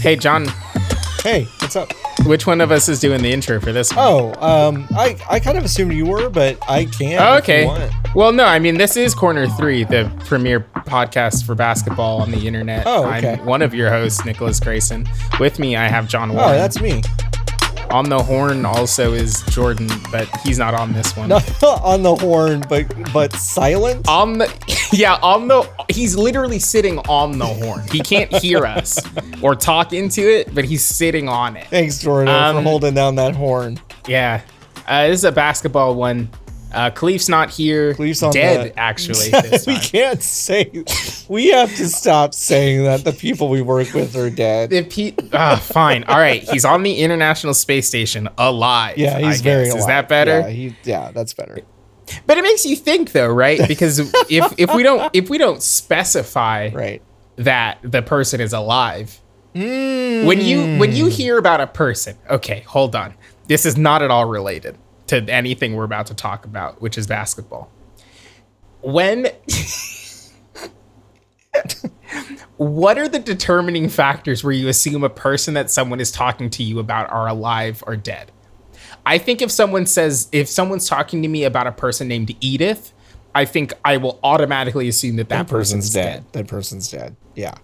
Hey, John, Hey, what's up? which one of us is doing the intro for this? one? Oh, um, I, I kind of assumed you were, but I can. Oh, if you okay. want. Well, no, I mean, this is Corner Three, the premier podcast for basketball on the internet. Oh, okay. I'm one of your hosts, Nicholas Grayson. With me, I have John Warren. Oh, that's me. on the horn. Also, is Jordan, but he's not on this one. on the horn, but but silent. On the yeah, on the he's literally sitting on the horn. He can't hear us or talk into it, but he's sitting on it. Thanks, Jordan, Um, for holding down that horn. Yeah. Uh, this is a basketball one. Uh, Khalif's not here. Khalif's on dead, the- actually. This we time. can't say. We have to stop saying that the people we work with are dead. If he, ah, fine. All right. He's on the International Space Station alive. Yeah, I he's guess. very. Is alive. that better? Yeah, he, yeah, that's better. But it makes you think, though, right? Because if if we don't if we don't specify Right. that the person is alive, when you when you hear about a person, okay, hold on. This is not at all related to anything we're about to talk about, which is basketball. When what are the determining factors where you assume a person that someone is talking to you about are alive or dead? I think if someone says if someone's talking to me about a person named Edith, I think I will automatically assume that that, person's dead. That person's dead. Yeah.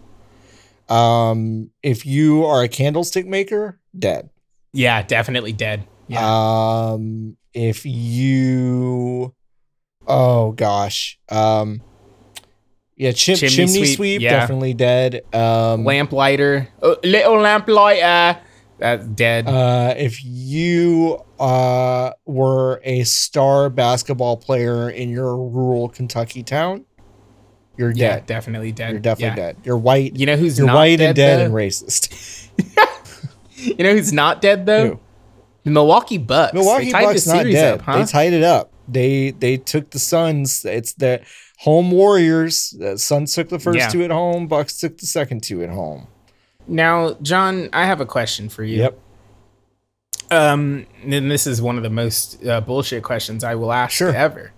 Um, if you are a candlestick maker, dead. Yeah, definitely dead. Yeah. Um, if you, oh gosh, um, yeah, chim- Chimney chimney, sweep, sweep, yeah. definitely dead. Um, lamplighter, oh, little lamplighter. That's dead. uh, if you uh were a star basketball player in your rural Kentucky town, you're yeah, dead. definitely dead. You're definitely Yeah. dead. You're white. You know who's you're not white dead, and dead though? and racist. You know who's not dead though? Who? The Milwaukee Bucks. Milwaukee Bucks not dead. up, huh? They tied it up. They they took the Suns. It's the home Warriors. The Suns took the first Yeah. two at home. Bucks took the second two at home. now, John, I have a question for you. Yep. Um, and this is one of the most uh, bullshit questions I will ask Sure. ever.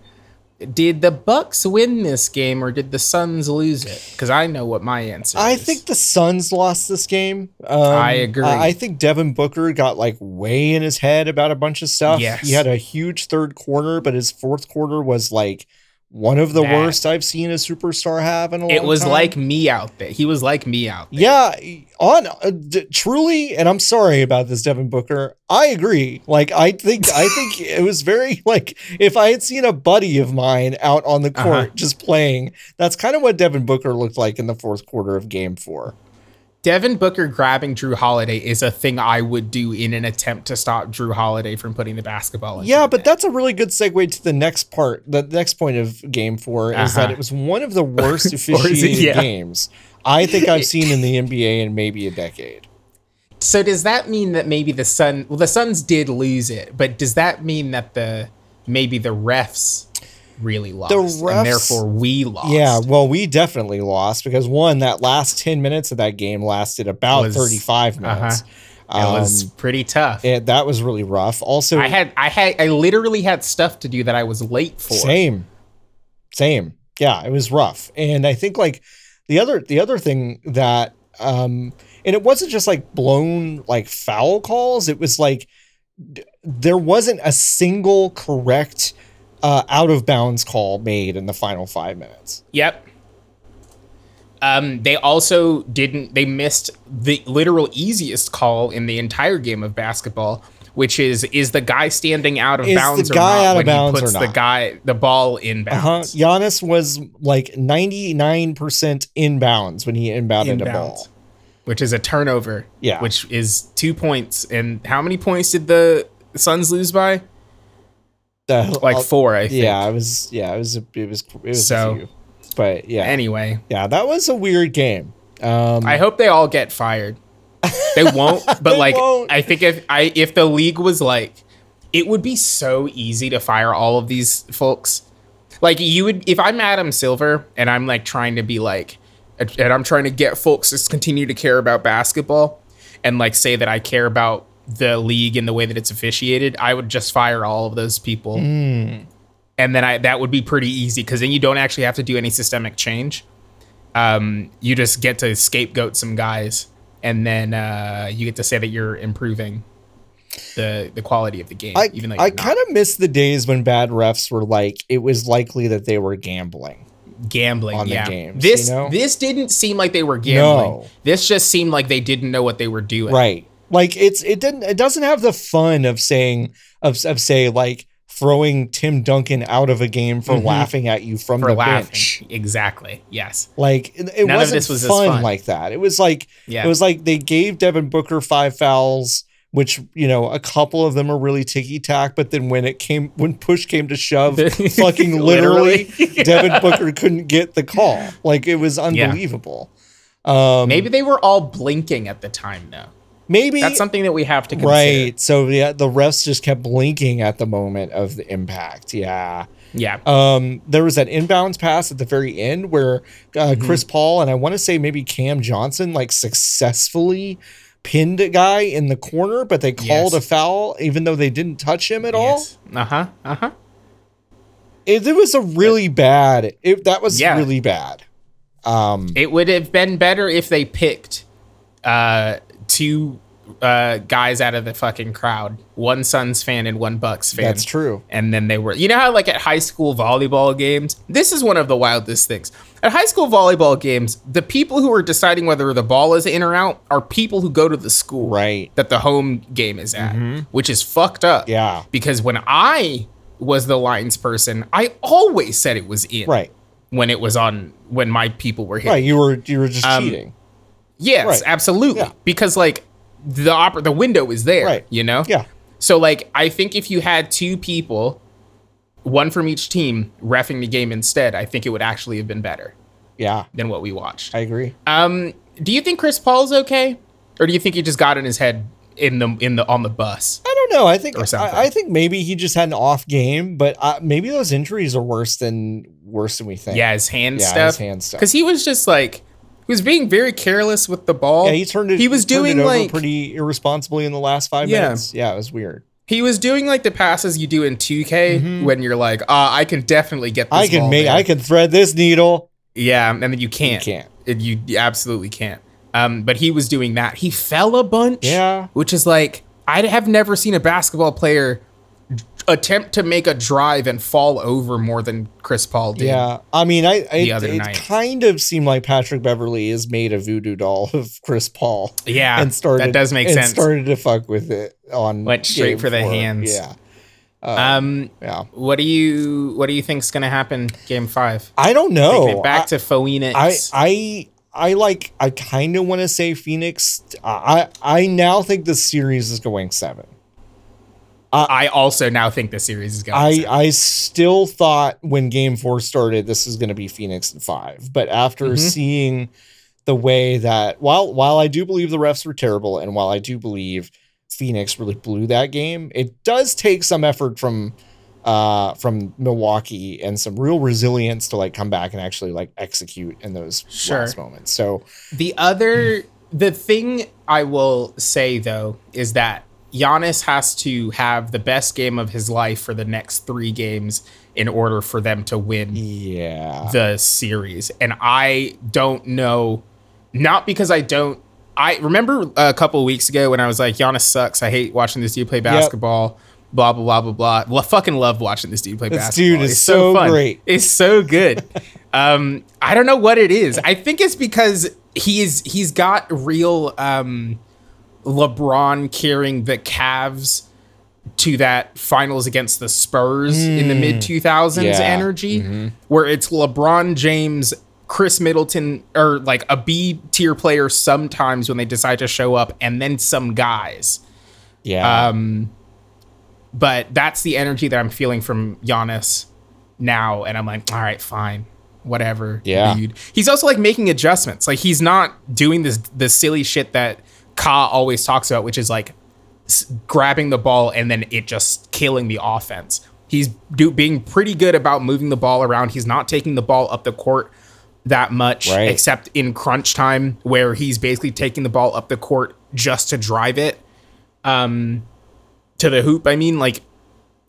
Did the Bucks win this game or did the Suns lose it? Because I know what my answer I is. think the Suns lost this game. Um, I agree. I, I think Devin Booker got like way in his head about a bunch of stuff. Yes. He had a huge third quarter, but his fourth quarter was like one of the Bad. worst I've seen a superstar have in a long it was time. like me out there. He was like me out there. Yeah, on uh, d- truly, and I'm sorry about this, Devin Booker. I agree. Like, I think I think it was very like if I had seen a buddy of mine out on the court Uh-huh. just playing. That's kind of what Devin Booker looked like in the fourth quarter of Game Four. Devin Booker grabbing Drew Holiday is a thing I would do in an attempt to stop Drew Holiday from putting the basketball. into Yeah, the but that's a really good segue to the next part. The next point of Game 4 is Uh-huh. that it was one of the worst is it? officiated Yeah. games I think I've seen in the NBA in maybe a decade. net. so does that mean that maybe the Sun, well, the Suns did lose it, but does that mean that the maybe the refs really lost, refs- and therefore we lost? Yeah, well, we definitely lost because one, that last 10 minutes of that game lasted about Was- uh-huh. 35 minutes. it was Um, pretty tough. it- that was really rough. Also, I had, I had, I literally had stuff to do that I was late for. Same. Same. Yeah, it was rough. And I think like the other the other thing that um and it wasn't just like blown like foul calls, it was like d- there wasn't a single correct uh out of bounds call made in the final 5 minutes. Yep. Um, they also didn't. They missed the literal easiest call in the entire game of basketball, which is is the guy standing out of Is the bounds guy or not out of when bounds he puts or the not? guy the ball in Uh-huh. bounds. Giannis was like 99% inbounds when he inbounded a ball. Inbounds, which is a turnover. Yeah. which is two points. And how many points did the Suns lose by? The- Like uh, four, I think. Yeah, it was yeah, it was a, it was it was So- a few. But yeah. Anyway, yeah, that was a weird game. Um I hope they all get fired. They won't, but They like won't. I think if I if the league was like it would be so easy to fire all of these folks. Like you would if I'm Adam Silver and I'm like trying to be like and I'm trying to get folks to continue to care about basketball and like say that I care about the league and the way that it's officiated, I would just fire all of those people. Hmm. And then I that would be pretty easy cuz then you don't actually have to do any systemic change um, you just get to scapegoat some guys, and then uh, you get to say that you're improving the the quality of the game. I, even though I you're not kind of miss the days when bad refs were like it was likely that they were gambling. gambling on the yeah. games, this you know? this didn't seem like they were gambling. No. This just seemed like they didn't know what they were doing. Right. Like it's it didn't it doesn't have the fun of saying of of say like throwing Tim Duncan out of a game for laughing at you from Mm-hmm. For the laughing. bench. Exactly. Yes. Like it, it None of wasn't this was as fun, fun. like that. It was like Yeah. it was like they gave Devin Booker five fouls, which you know a couple of them are really ticky tack. But then when it came when push came to shove, fucking literally, Devin Booker couldn't get the call. Like it was unbelievable. Um, Maybe they were all blinking at the time though. maybe That's something that we have to consider. right. So yeah, the refs just kept blinking at the moment of the impact. Yeah. Yeah. Um, there was that inbounds pass at the very end where uh, Mm-hmm. Chris Paul and I want to say maybe Cam Johnson like successfully pinned a guy in the corner, but they Yes. called a foul even though they didn't touch him at Uh huh. Uh huh. all. It, it was a really bad. It, that was Yeah. really bad. Um, It would have been better if they picked uh, two uh, guys out of the fucking crowd, one Suns fan and one Bucks fan. that's true. And then they were, you know how like at high school volleyball games, this is one of the wildest things. At high school volleyball games, the people who are deciding whether the ball is in or out are people who go to the school Right. Mm-hmm. that the home game is at, which is fucked up. Yeah. Because when I was the lines person, I always said it was in. Right. When it was on, when my people were hitting. Right. You were you were just Um, cheating. Yes, Right. absolutely. Yeah. Because like the oper- the window is there, Right. you know? Yeah. So like I think if you had two people, one from each team, refing the game instead, I think it would actually have been better Yeah. than what we watched. I agree. um do you think Chris Paul's okay? Or do you think he just got in his head in the in the on the bus? I don't know. I think Or something. I, I think maybe he just had an off game, but uh, maybe those injuries are worse than worse than we think. Yeah, his hand Yeah, stuff. his hand stuff. Cuz he was just like he was being very careless with the ball. Yeah, he turned it. Oh, He was turned it doing over like pretty irresponsibly in the last five Yeah. minutes. Yeah, it was weird. He was doing like the passes you do in 2K when you're like, uh, I can definitely get this. Mm-hmm. I can ball make. there." I can thread this needle. Yeah, and then you can't. can't. It- you you absolutely can't. Um, but he was doing that. He fell a bunch. Yeah. Which is like, I have never seen a basketball player attempt to make a drive and fall over more than Chris Paul did. Yeah, I mean, I it, other it night. kind of seemed like Patrick Beverly is made a voodoo doll of Chris Paul. Yeah, and started that does make and sense. Started to fuck with it on Went straight game for the four. hands. Yeah, Uh, Um, yeah. what do you what do you think's gonna happen game five? I don't know. back Oh, I- to Phoenix. I I I like I kind of want to say Phoenix. I I now think the series is going seven. I also now think the series is going. I I still thought when Game Four started this is going to be Phoenix and five, but after seeing the way that while while I do believe the refs were terrible, and while I do believe Phoenix really blew that game, it does take some effort from uh from Milwaukee and some real resilience to like come back and actually like execute in those Sure. last moments. So The other, the thing I will say though is that Giannis has to have the best game of his life for the next three games in order for them to win yeah. the series. And I don't know, not because I don't. I remember a couple weeks ago when I was like, Giannis sucks. I hate watching this dude play basketball. blah blah blah blah blah. Well, I fucking love watching this dude play This basketball. dude is It's so great. It's so good. um, I don't know what it is. I think it's because he is he's got real um, LeBron carrying the Cavs to that finals against the Spurs in the mid 2000s Yeah. energy where it's LeBron James, Chris Middleton or like a B tier player sometimes when they decide to show up and then some guys. Yeah. But that's the energy that I'm feeling from Giannis now and I'm like, "All right, fine. Whatever." Yeah. Dude. He's also like making adjustments. Like he's not doing this the silly shit that Ka always talks about, which is like s- grabbing the ball and then it just killing the offense. He's do, being pretty good about moving the ball around. He's not taking the ball up the court that much, Right. except in crunch time, where he's basically taking the ball up the court just to drive it um, to the hoop. I mean, like,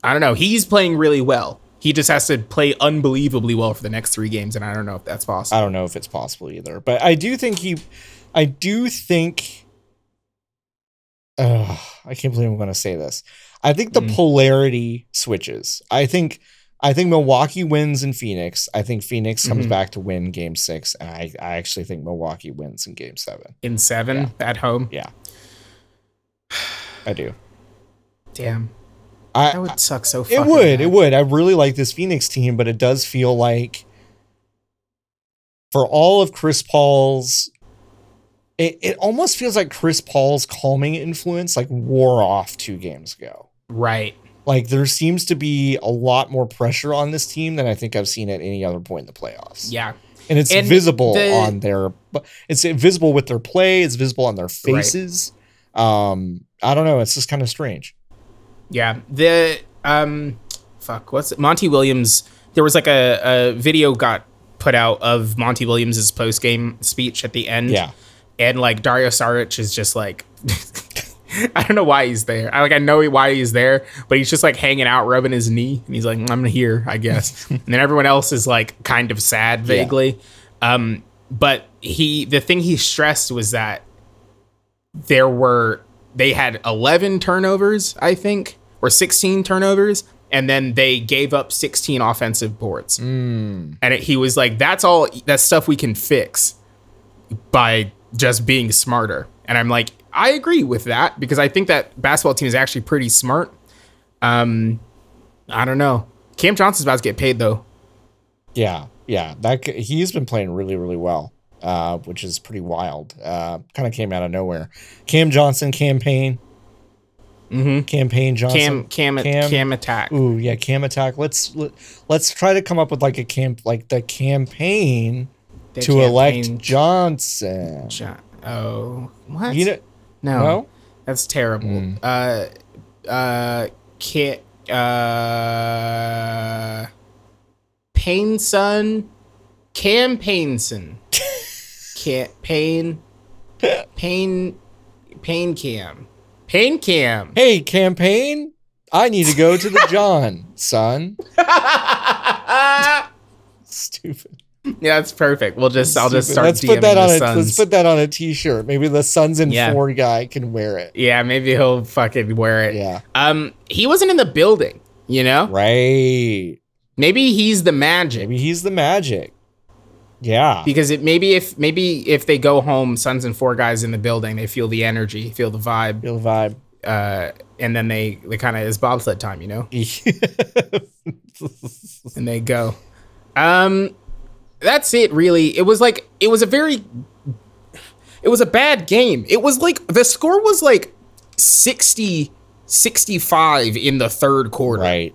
I don't know. He's playing really well. He just has to play unbelievably well for the next three games, and I don't know if that's I possible. don't know if it's possible either, but I do think he, I do think, Ugh, I can't believe I'm going to say this. I think the polarity switches. I think, I think Milwaukee wins in Phoenix. I think Phoenix comes Mhm. back to win Game Six, and I, I actually think Milwaukee wins in Game Seven. In seven at home, Yeah, I do. damn, I, that would suck so. It Fucking would. bad. It would. I really like this Phoenix team, but it does feel like for all of Chris Paul's it, it almost feels like Chris Paul's calming influence like wore off two games ago. Right. Like there seems to be a lot more pressure on this team than I think I've seen at any other point in the playoffs. Yeah. And it's And visible the- on their it's visible with their play, it's visible on their faces. Um I don't know, it's just kind of strange. Yeah. The um fuck, what's it? Monty Williams there was like a, a video got put out of Monty Williams's post game speech at the end. Yeah. And like Dario Saric is just like I don't know why he's there. I like I know why he's there, but he's just like hanging out, rubbing his knee, and he's like, "I'm here, I guess." and then everyone else is like kind of sad, vaguely. Um, but he, the thing he stressed was that there were they had 11 turnovers i think or 16 turnovers and then they gave up 16 offensive boards Hmm. and it, he was like that's all that's stuff we can fix by just being smarter and i'm like i agree with that because i think that basketball team is actually pretty smart um i don't know cam johnson's about to get paid though Yeah, yeah, that c- he's been playing really, really well, uh, which is pretty wild. Uh, kind of came out of nowhere. Cam Johnson campaign, mm-hmm. campaign cam Johnson, cam cam, Cam- attack Ooh, yeah, Cam attack. Let's let, let's try to come up with like a camp, like the campaign The to elect campaign- Johnson. Jo- oh what You know, No, No? that's terrible. Mm. Uh, uh, kit, uh, Painson, Cam Painson, kit Pain, Pain, Pain Cam, Pain Cam. hey, campaign, I need to go to the John son. Stupid. Yeah, that's perfect. We'll just, I'll just Stupid. start. Let's put that DMing on the a Suns. let's put that on a t-shirt. Maybe the Suns in Yeah. four guy can wear it. yeah, maybe he'll fucking wear it. Yeah. Um, he wasn't in the building. You know, Right. maybe he's the magic. Maybe he's the magic. Yeah. because it maybe if maybe if they go home sons and four guys in the building they feel the energy feel the vibe Feel the vibe. uh and then they they kind of is bobsled time you know and they go um that's it really it was like it was a very it was a bad game it was like the score was like 60 65 in the third quarter right.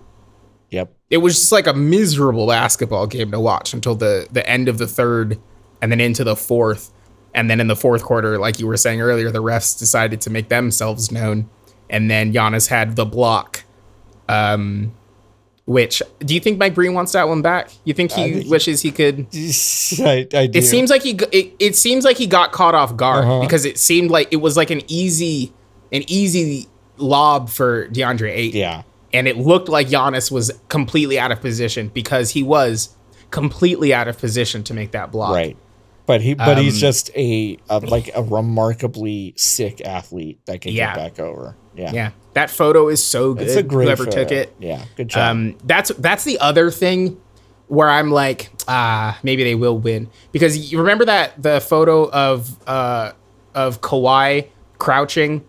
Yep. it was just like a miserable basketball game to watch until the the end of the third and then into the fourth and then in the fourth quarter like you were saying earlier the refs decided to make themselves known and then Giannis had the block um which do you think Mike Breen wants that one back you think he think- wishes he could I, I do. it seems like he g- it, it seems like he got caught off guard Uh-huh. because it seemed like it was like an easy an easy lob for DeAndre Ayton Yeah. and it looked like Giannis was completely out of position because he was completely out of position to make that block. Right. But but he but he's Um, just a, a like a remarkably sick athlete that can Yeah. get back over. Yeah. Yeah, that photo is so good. It's a great Whoever took photo. it. Yeah. Good job. Um, that's that's the other thing where I'm like, ah, maybe they will win because you remember that the photo of uh of Kawhi crouching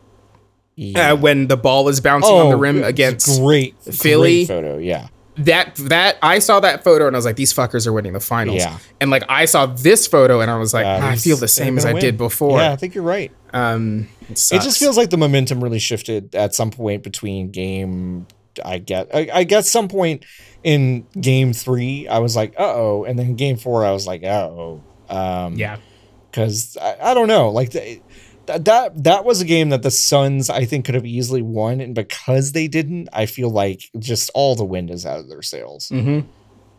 uh, when the ball is bouncing on the rim Oh, it's against great Philly. great photo. Yeah. that that I saw that photo and I was like, these fuckers are winning the finals. Yeah. And like I saw this photo and I was like, Uh, "Ah, I he's- feel the they're same as I gonna win. did before. Yeah, I think you're right. Um, It just feels like the momentum really shifted at some point between game. I get. I, I guess some point in game three, I was like, uh oh, and then game four, I was like, uh oh. Um, yeah, because I, I don't know like th- that that that was a game that the suns i think could have easily won and because they didn't i feel like just all the wind is out of their sails Mhm.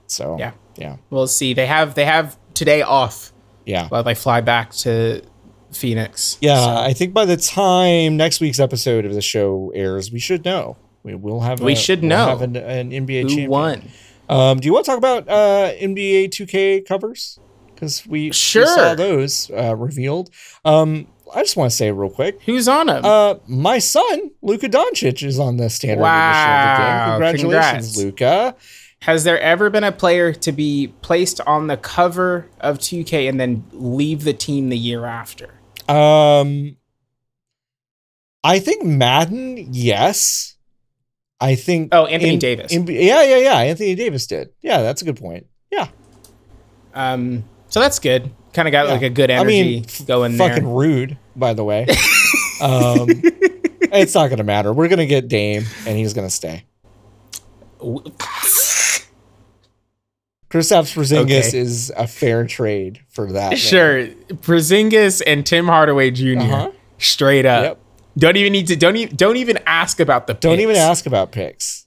so Yeah. yeah we'll see. They have they have today off yeah while they fly back to Phoenix. yeah i think by the time next week's episode of the show airs we should know we will have We a- should we'll know have an, an nba Who champion. won? um do you want to talk about uh nba 2k covers because we we saw Sure. those uh revealed um i just want to say real quick Who's on them? Uh, my son Luka Doncic is on the standard Wow, edition of the game. congrats. Congratulations, Luka! Has there ever been a player to be placed on the cover of 2K and then leave the team the year after? Um, I think Madden, yes. I think. Oh, Anthony Davis. in- yeah, yeah, yeah. Anthony Davis did. Yeah, that's a good point. Yeah, Um, so that's good. Kind of got yeah. like a good I energy mean, f- going there. fucking rude, by the way. um, it's not gonna matter. We're gonna get Dame, and he's gonna stay. Kristaps Porzingis Okay. is a fair trade for that. man. Sure, Przingis and Tim Hardaway junior Uh-huh. Straight up. Yep. Don't even need to. Don't even. Don't even ask about the. Don't picks. even ask about picks.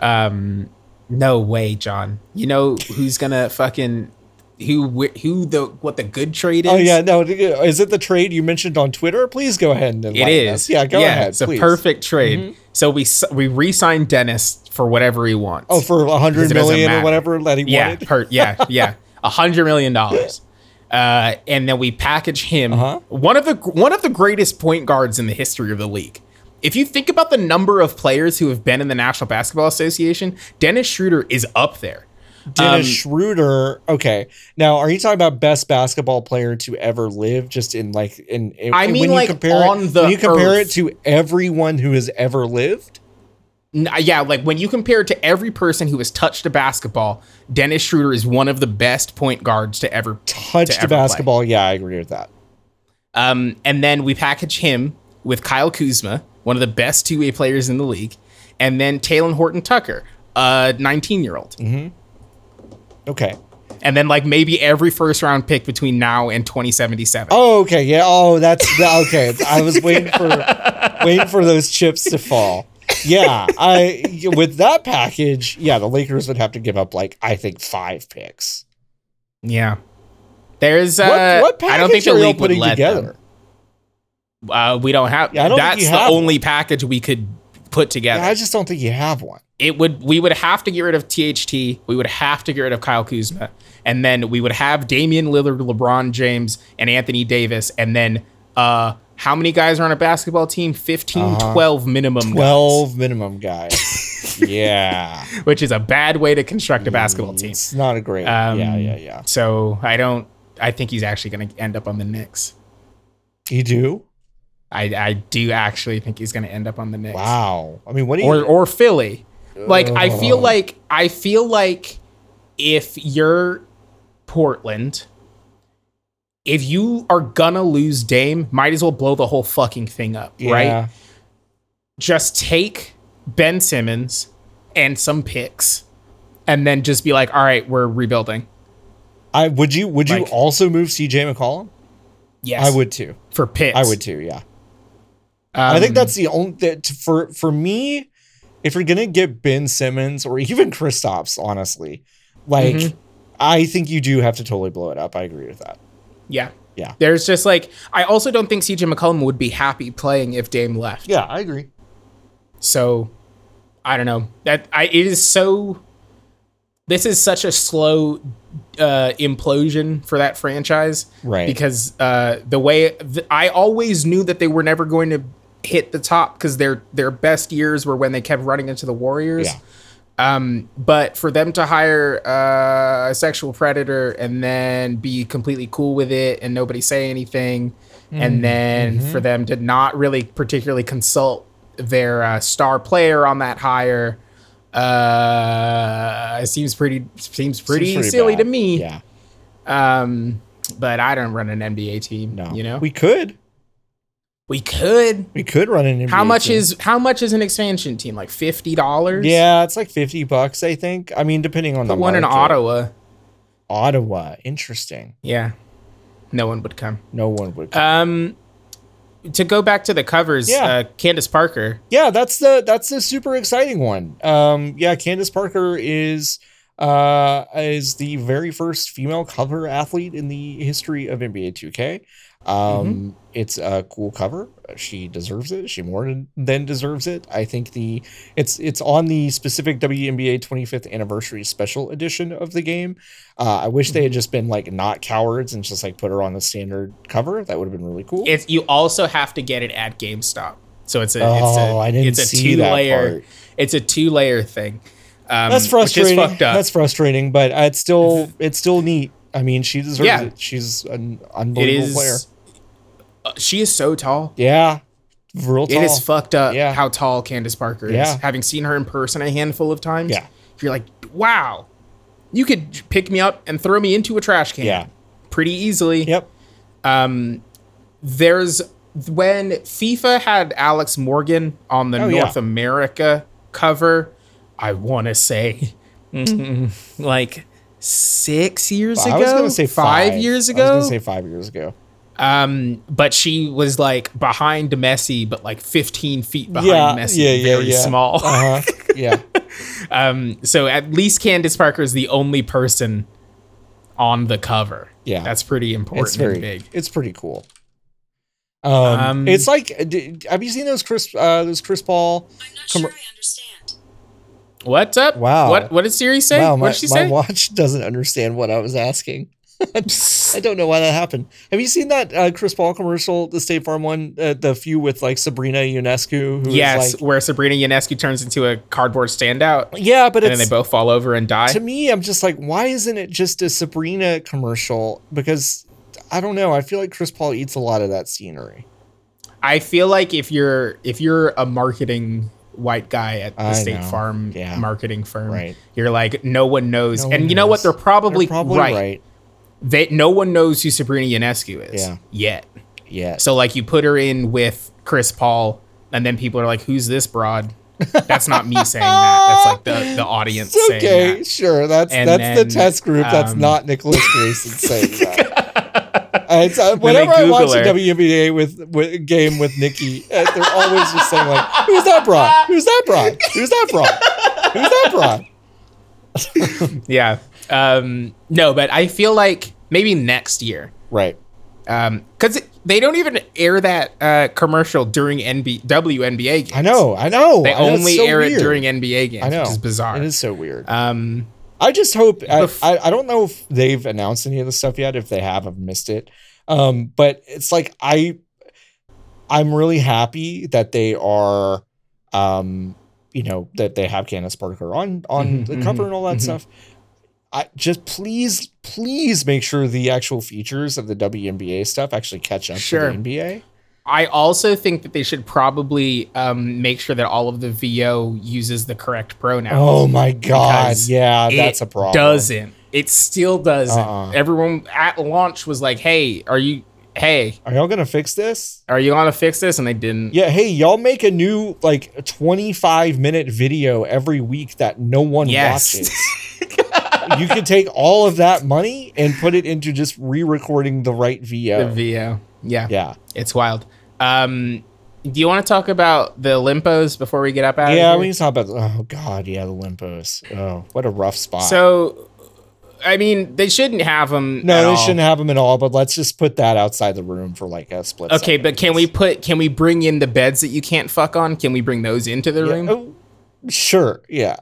Um, no way, John. You know who's gonna fucking who? wi- Who the what the good trade is? Oh yeah, no. Is it the trade you mentioned on Twitter? Please go ahead and It enlighten is. us. Yeah, go ahead. It's a please. Mm-hmm. perfect trade. So we s- we re-signed Dennis for whatever he wants. Oh, for a Because hundred it doesn't million or matter. whatever that he yeah, wanted. per, yeah, yeah, a hundred million dollars. Uh, and then we package him Uh-huh. one of the one of the greatest point guards in the history of the league. If you think about the number of players who have been in the National Basketball Association, Dennis Schroeder is up there. Um, Dennis Schroeder. Okay, now are you talking about best basketball player to ever live? Just in like in. in- I mean, like, on it, the when you compare earth. it to everyone who has ever lived. N- uh, yeah, like when you compare it to every person who has touched a basketball, Dennis Schroeder is one of the best point guards to ever Touched ever play. basketball. Yeah, I agree with that. Um, and then we package him with Kyle Kuzma, one of the best two way players in the league, and then Talon Horton Tucker, a 19 year old. Mm-hmm. Okay. And then, like, maybe every first round pick between now and 2077. Oh, okay. Yeah. Oh, that's the, okay. I was waiting for waiting for those chips to fall. Yeah. I with that package, yeah, the Lakers would have to give up like I think five picks. Yeah. There's, uh, What, what package I don't think the are you league would putting let together? them. Uh, we don't have, Yeah, I don't think that's you the have only package we could put together. Yeah, I just don't think you have one. it would we would have to get rid of THT, we would have to get rid of Kyle Kuzma, and then we would have Damian Lillard, LeBron James, and Anthony Davis, and then uh how many guys are on a basketball team? 15, 12 minimum. guys, Uh-huh. Twelve minimum guys. yeah, which is a bad way to construct a basketball team. it's not a great. Um, yeah, yeah, yeah. So I don't I think he's actually gonna end up on the Knicks. You do? I, I do actually think he's gonna end up on the Knicks. Wow. I mean, what do you? or or Philly. Like I Oh. feel like I feel like if you're Portland, if you are gonna lose Dame, might as well blow the whole fucking thing up, yeah. right? Just take Ben Simmons and some picks, and then just be like, all right, we're rebuilding. I would you would you Like- also move CJ McCollum? Yes, I would too. for picks. I would too. Yeah. Um, I think that's the only that for for me. If you're gonna get Ben Simmons or even Kristaps, honestly, like Mm-hmm. I think you do have to totally blow it up. I agree with that. yeah. Yeah. There's just like I also don't think CJ McCollum would be happy playing if Dame left. Yeah, I agree. So I don't know. That I it is so this is such a slow uh, implosion for that franchise Right. because uh, the way th- I always knew that they were never going to hit the top because their their best years were when they kept running into the Warriors. Yeah. Um, but for them to hire uh, a sexual predator and then be completely cool with it and nobody say anything, and then for them to not really particularly consult their uh, star player on that hire, uh, it seems pretty seems pretty, Seems silly bad. to me. Yeah. Um, but I don't run an NBA team. No. You know, we, we could could. we could run an. NBA How much team. is how much is an expansion team? Like fifty dollars. Yeah, it's like fifty bucks, I think. I mean, depending on the the one in market. Ottawa. Ottawa, interesting. Yeah, no one would come. No one would. Um, to go back to the covers, Yeah. uh, Candace Parker. yeah, that's the that's the super exciting one. Um, yeah, Candace Parker is uh is the very first female cover athlete in the history of NBA 2K. Um, it's a cool cover. She deserves it. She more than deserves it. I think the it's it's on the specific WNBA 25th anniversary special edition of the game. Uh, I wish they had just been like not cowards and just like put her on the standard cover. That would have been really cool. It's you also have to get it at GameStop. So it's a it's a Oh, I didn't it's a see two that layer part. it's a two layer thing. Um, That's frustrating. Which is fucked up. That's frustrating, but it's still it's still neat. I mean, she deserves Yeah. it. She's an it unbelievable is. player. uh, she is so tall. Yeah, real tall. It is fucked up Yeah. how tall Candace Parker is. Yeah. Having seen her in person a handful of times, Yeah. you're like, wow, you could pick me up and throw me into a trash can Yeah. pretty easily. Yep. There's when FIFA had Alex Morgan on the Oh, yeah. North America cover, I want to say like six years ago. I was gonna say five, years I ago. was gonna say five years ago. Um, but she was like behind Messi, but like 15 feet behind yeah, Messi. yeah, yeah, very yeah. small. Uh-huh. Yeah, So at least Candace Parker is the only person on the cover. Yeah. that's pretty important. it's very and big. It's pretty cool. Um, Um, it's like, uh, d- have you seen those Chris uh, those Chris Paul? I'm not Come- sure I understand. What's up? Wow. What What did Siri say? Wow, what my, did she my say? watch doesn't understand what I was asking. I don't know why that happened. Have you seen that uh, Chris Paul commercial, the State Farm one, uh, the few with like Sabrina Ionescu? Who is, Yes, like, where Sabrina Ionescu turns into a cardboard standout, and yeah, but then they it's both fall over and die. to me. I'm just like, why isn't it just a Sabrina commercial? Because I don't know. I feel like Chris Paul eats a lot of that scenery. I feel like if you're if you're a marketing white guy at the I State know. Farm Yeah. marketing firm, Right. you're like no one knows, No and one you know what? knows. They're probably, They're probably right. right. They no one knows who Sabrina Ionescu is Yeah. yet. Yeah. So like you put her in with Chris Paul, and then people are like, "Who's this broad?" That's not me saying that. That's like the the audience It's saying okay, that. sure. That's And that's the then, test group. that's um, not Nicholas Grayson saying that. Uh, it's, uh, they whenever I watch Google her. a WNBA with, with game with Nikki, uh, they're always just saying like, "Who's that broad? Who's that broad? Who's that broad? Who's that broad?" Yeah. Um, no, but I feel like maybe next year, Right. because they don't even air that uh, commercial during NB WNBA games. I know. I know. They I know, it's only so air it weird. during NBA games, I know. which is bizarre. It is so weird. um, I just hope I, Bef- I, I don't know if they've announced any of the stuff yet. If they have, I've missed it. Um, but it's like I I'm really happy that they are um, you know, that they have Candace Parker on on Mhm, the cover mhm, and all that mhm. stuff. I just please, please make sure the actual features of the WNBA stuff actually catch up Sure. to the NBA. I also think that they should probably um, make sure that all of the VO uses the correct pronouns. Oh my god. Because yeah, It that's a problem. Doesn't it still doesn't? Uh-uh. Everyone at launch was like, "Hey, are you? Hey, Are y'all gonna fix this? are you gonna fix this?" And they didn't. Yeah, hey, y'all make a new like 25 minute video every week that no one Yes. watches. you could take all of that money and put it into just re-recording the right VO. The VO. Yeah, yeah. it's wild. Um, do you want to talk about the limpos before we get up out? of Yeah, here? we can talk about oh god, yeah, the limpos. Oh, what a rough spot. So, I mean, they shouldn't have them. no, they shouldn't have them at all, but let's just put that outside the room for like a split Okay, but can we put? Can we bring in the beds that you can't fuck on? Can we bring those into the room? second. Yeah, oh, sure. Yeah.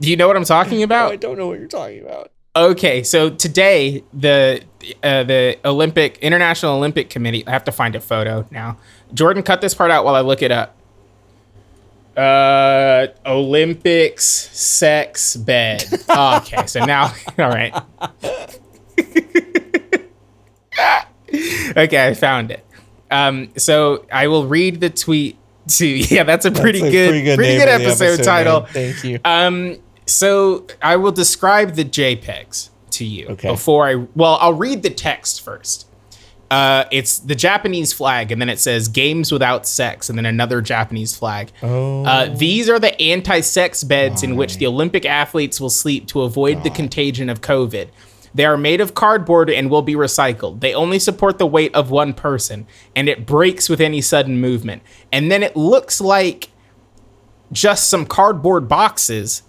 Do you know what I'm talking No, about? I don't know what you're talking about. Okay, so today the uh, the Olympic International Olympic Committee. I have to find a photo now. Jordan, cut this part out while I look it up. Uh, Olympics sex bed. Oh, okay, so now all right. okay, I found it. Um, so I will read the tweet to yeah. That's a pretty It's a good, pretty good, name for the episode, title. name. Thank you. Um, so I will describe the JPEGs to you Okay. before I. Well, I'll read the text first. Uh, it's the Japanese flag, and then it says "games without sex," and then another Japanese flag. Oh. Uh, these are the anti-sex beds in which the Olympic athletes will sleep to avoid the contagion of COVID. They are made of cardboard and will be recycled. They only support the weight of one person, and it breaks with any sudden movement. And then it looks like just some cardboard boxes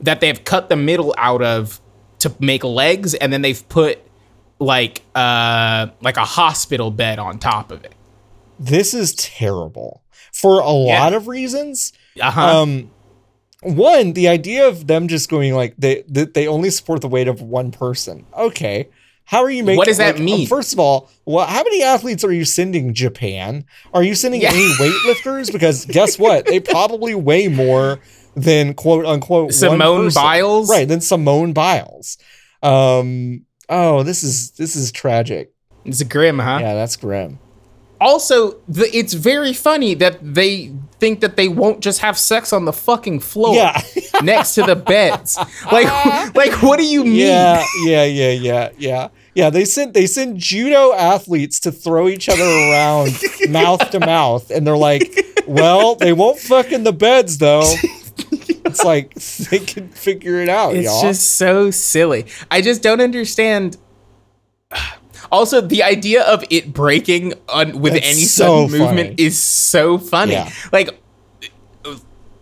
that they've cut the middle out of to make legs, and then they've put like uh like a hospital bed on top of it. this is terrible for a lot of reasons. Uh-huh. Um, one, the idea of them just going like they they, they only support the weight of one person. Okay, how are you making? What does that like, um, mean? first of all, well, how many athletes are you sending Japan? Are you sending Yeah. any weightlifters? Because guess what, they probably weigh more than quote unquote one Simone person. Biles? right? Than Simone Biles. Um, oh, this is this is tragic. it's grim, huh? Yeah, that's grim. also the, it's very funny that they think that they won't just have sex on the fucking floor Yeah. next to the beds like like what do you mean Yeah, yeah, yeah, yeah, yeah. Yeah, they send they send judo athletes to throw each other around mouth to mouth, and they're like, "Well, they won't fuck in the beds though." It's like they can figure it out, it's y'all. just so silly i just don't understand also the idea of it breaking on with That's any so sudden movement funny. is so funny Yeah. like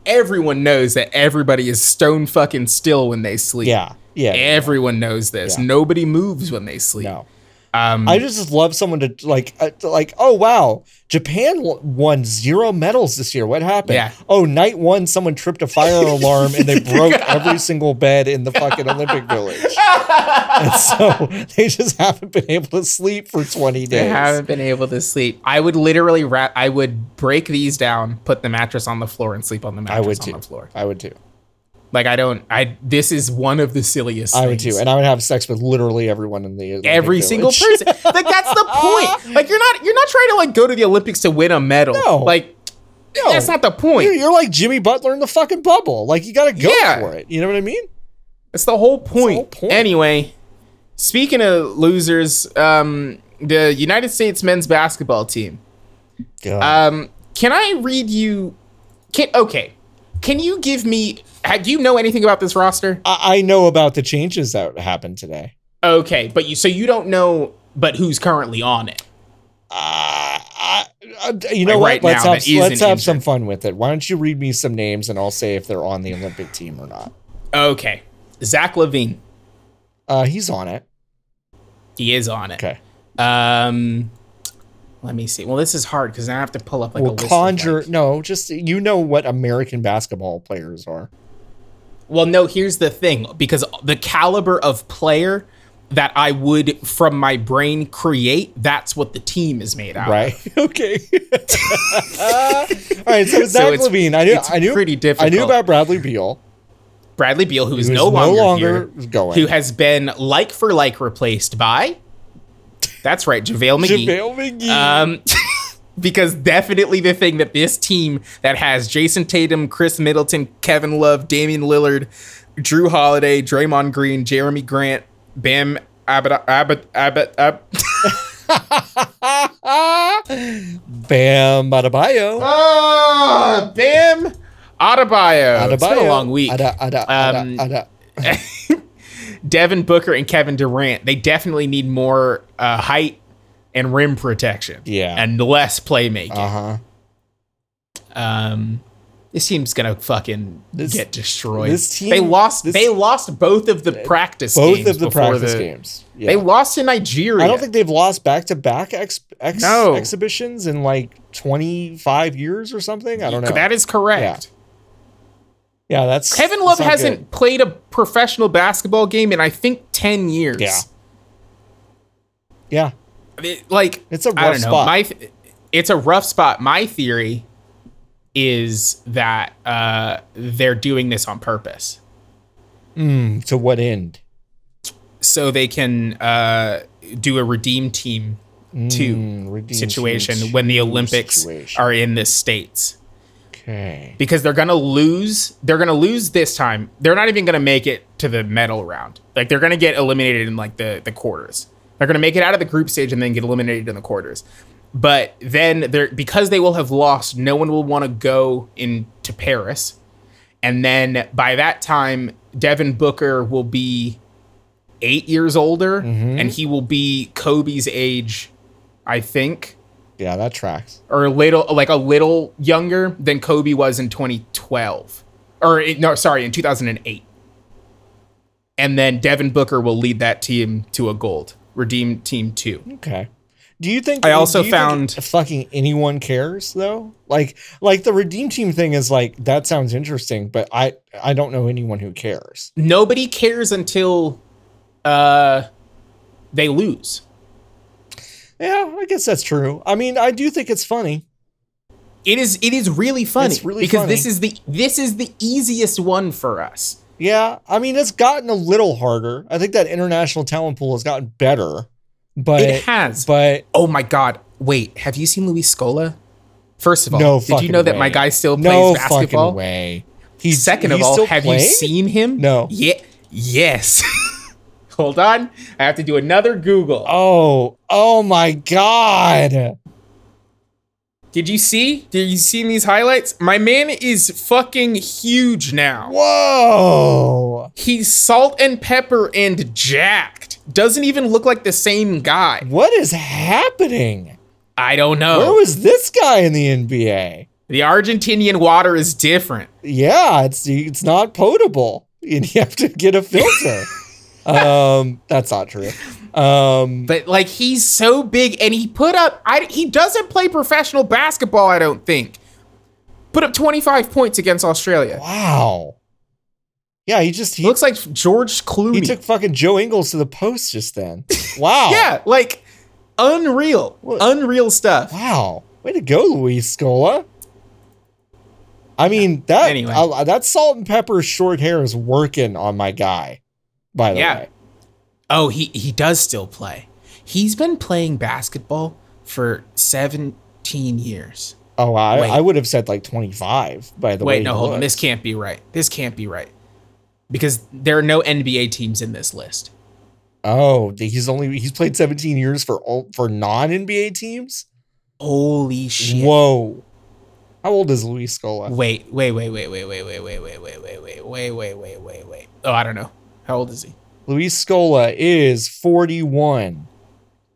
everyone knows that everybody is stone fucking still when they sleep yeah, yeah. everyone knows this Yeah. nobody moves when they sleep no, um I just love someone to like, uh, to, like, oh wow, Japan w- won zero medals this year. What happened? Yeah. Oh, night one, someone tripped a fire alarm and they broke every single bed in the fucking Olympic Village. And so they just haven't been able to sleep for twenty I days. haven't been able to sleep. I would literally wrap. I would break these down, put the mattress on the floor, and sleep on the I mattress would on too. the floor. I would too. Like I don't. I this is one of the silliest. I would things. too, and I would have sex with literally everyone in the Olympic Every Village. single person. like that's the point. Like you're not. You're not trying to like go to the Olympics to win a medal. No. Like No. that's not the point. You're, you're like Jimmy Butler in the fucking bubble. Like you got to go Yeah. for it. You know what I mean? That's the whole point. whole point. Anyway, speaking of losers, um, the United States men's basketball team. Um, can I read you? Can okay? Can you give me? ha- Do you know anything about this roster? I, I know about the changes that happened today. Okay, but you so you don't know, but who's currently on it? Uh, I, I, you know Like, what? right let's now, have that isn't let's have some injured. fun with it. Why don't you read me some names and I'll say if they're on the Olympic team or not. Okay, Zach Levine, Uh, he's on it. he is on it. Okay. Um, let me see. Well, this is hard because I have to pull up like a Well, list. of, conjure. like- No, just you know what American basketball players are. well, no. Here's the thing: because the caliber of player that I would from my brain create, that's what the team is made out. of. Right. okay. All right. So it's So Zach it's- Levine. I knew. it's I knew. pretty I knew difficult. about Bradley Beal. Bradley Beal, who is who's no longer, here, going. who has been like for like replaced by. That's right, JaVale McGee. JaVale McGee. Um, because definitely the thing that this team that has Jason Tatum, Chris Middleton, Kevin Love, Damian Lillard, Drew Holiday, Draymond Green, Jeremy Grant, Bam Abba Abba Abba. Ab- Ah. Bam Adebayo. Oh. Ah, Bam Adebayo. It's been a Adebayo. long week. Ada, ada, ada, Um, ada. Devin Booker and Kevin Durant. They definitely need more uh, height and rim protection. Yeah. and less playmaking. Uh huh. Um, this team's gonna fucking This- get destroyed. this team- they lost. this- they lost both of the practice. Both games of the before practice the- games. They Yeah. lost to Nigeria. I don't think they've lost back to back ex, ex No. exhibitions in like 25 years or something. I don't know. that is correct. Yeah, that's Kevin that's Love not hasn't good. played a professional basketball game in I think 10 years. Yeah. Yeah, I mean, like It's a I don't rough know. spot. My th- it's a rough spot. My theory is that uh, they're doing this on purpose to what end? so they can uh, do a redeem team two Mm, redeem situation team when the two Olympics situation. are in this states Okay. because they're gonna lose. They're gonna lose this time. They're not even gonna make it to the medal round. Like they're gonna get eliminated in like the the quarters. They're gonna make it out of the group stage and then get eliminated in the quarters. But then they're because they will have lost. No one will want to go into Paris, and then by that time, Devin Booker will be eight years older, and he will be Kobe's age, I think Yeah, that tracks. or a little like a little younger than Kobe was in 2012 or in- no sorry in 2008 and then Devin Booker will lead that team to a gold redeem team 2 Okay. Do you think I also do you think found- fucking anyone cares though? Like like the redeem team thing is like that sounds interesting, but I I don't know anyone who cares. nobody cares until uh they lose Yeah, I guess that's true. I mean, I do think it's funny. it is it is really funny It's really because funny. this is the this is the easiest one for us Yeah, I mean, it's gotten a little harder. I think that international talent pool has gotten better, but It has. But oh my god wait have you seen Luis Scola first of all no, did you know that my way. guy still plays no basketball Fucking way. He's Second of he's all, still have you playing? seen him? No. Yeah. Yes. Hold on. I have to do another Google. Oh, oh my god! Did you see? Did you see these highlights? My man is fucking huge now. Whoa! He's salt and pepper and jacked. Doesn't even look like the same guy. What is happening? I don't know. Where was this guy in the NBA? the Argentinian water is different. Yeah, it's it's not potable, and you have to get a filter. um, that's not true. Um, But like he's so big and he put up I he doesn't play professional basketball, I don't think. Put up 25 points against Australia. wow. Yeah, he just he, Looks like George Clooney. he took fucking Joe Ingles to the post just then. Wow. Yeah, like unreal, unreal stuff. Wow. Way to go, Luis Scola. I mean that Anyway. I- that salt and pepper short hair is working on my guy. By the Yeah. way, Oh, he he does still play. He's been playing basketball for 17 years. oh, I, Wait. I would have said like twenty five. By the way, Wait, he no, hold on. looks. This can't be right. This can't be right. Because there are no NBA teams in this list. Oh, th- he's only he's played 17 years for all for non NBA teams. Holy shit. Whoa, how old is Luis Scola? Wait, wait, wait, wait, wait, wait, wait, wait, wait, wait, wait, wait, wait, wait, wait, wait, wait. Oh, I don't know. How old is he? Luis Scola is 41.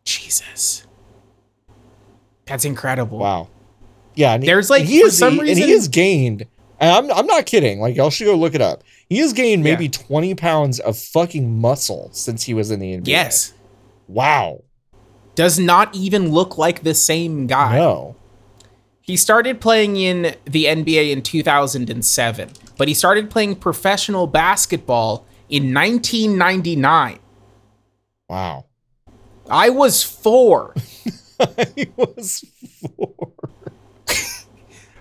Jesus. That's incredible. Wow, yeah. And he- There's, like, and he for is, some and reason- he has gained. And I'm I'm not kidding. Like y'all should go look it up. He has gained maybe Yeah. 20 pounds of fucking muscle since he was in the NBA. Yes. Wow. does not even look like the same guy. No. He started playing in the NBA in 2007, but he started playing professional basketball in 1999. Wow. I was four. he was four.